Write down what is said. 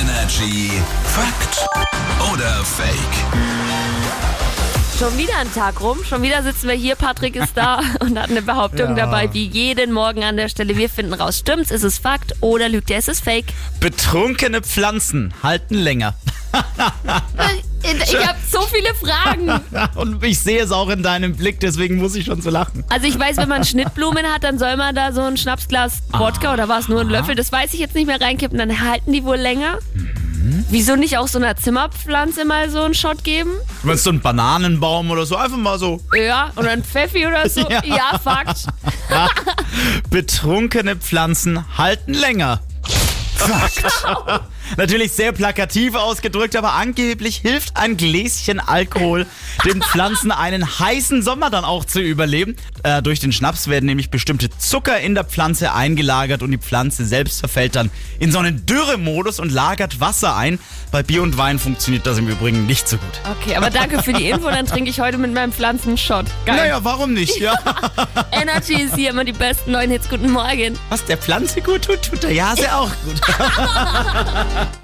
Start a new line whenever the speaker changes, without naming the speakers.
Energy Fakt oder Fake?
Schon wieder ein Tag rum, schon wieder sitzen wir hier, Patrick ist da und hat eine Behauptung
Ja.
dabei, wie jeden Morgen an der Stelle. Wir finden raus, stimmt's, ist es Fakt oder lügt er, ist es Fake?
Betrunkene Pflanzen halten länger.
Ich habe so viele Fragen.
Und ich sehe es auch in deinem Blick, deswegen muss ich schon so lachen.
Also ich weiß, wenn man Schnittblumen hat, dann soll man da so ein Schnapsglas
Ah.
Wodka oder war es nur ein Löffel, das weiß ich jetzt nicht mehr reinkippen, dann halten die wohl länger.
Mhm.
Wieso nicht auch so einer Zimmerpflanze mal so einen Shot geben?
Du meinst so einen Bananenbaum oder so, einfach mal so.
Ja, oder ein Pfeffi oder so?
Ja.
ja Fakt.
Betrunkene Pflanzen halten länger. Fakt. Natürlich sehr plakativ ausgedrückt, aber angeblich hilft ein Gläschen Alkohol den Pflanzen einen heißen Sommer dann auch zu überleben. Äh, durch den Schnaps werden nämlich bestimmte Zucker in der Pflanze eingelagert und die Pflanze selbst verfällt dann in so einen Dürremodus und lagert Wasser ein. Bei Bier und Wein funktioniert das im Übrigen nicht so gut.
Okay, aber danke für die Info, dann trinke ich heute mit meinem Pflanzen einen Shot. Geil.
Naja, warum nicht? Ja.
Energy ist hier immer die besten neuen Hits. Guten Morgen.
Was der Pflanze gut tut, tut der Jase auch gut.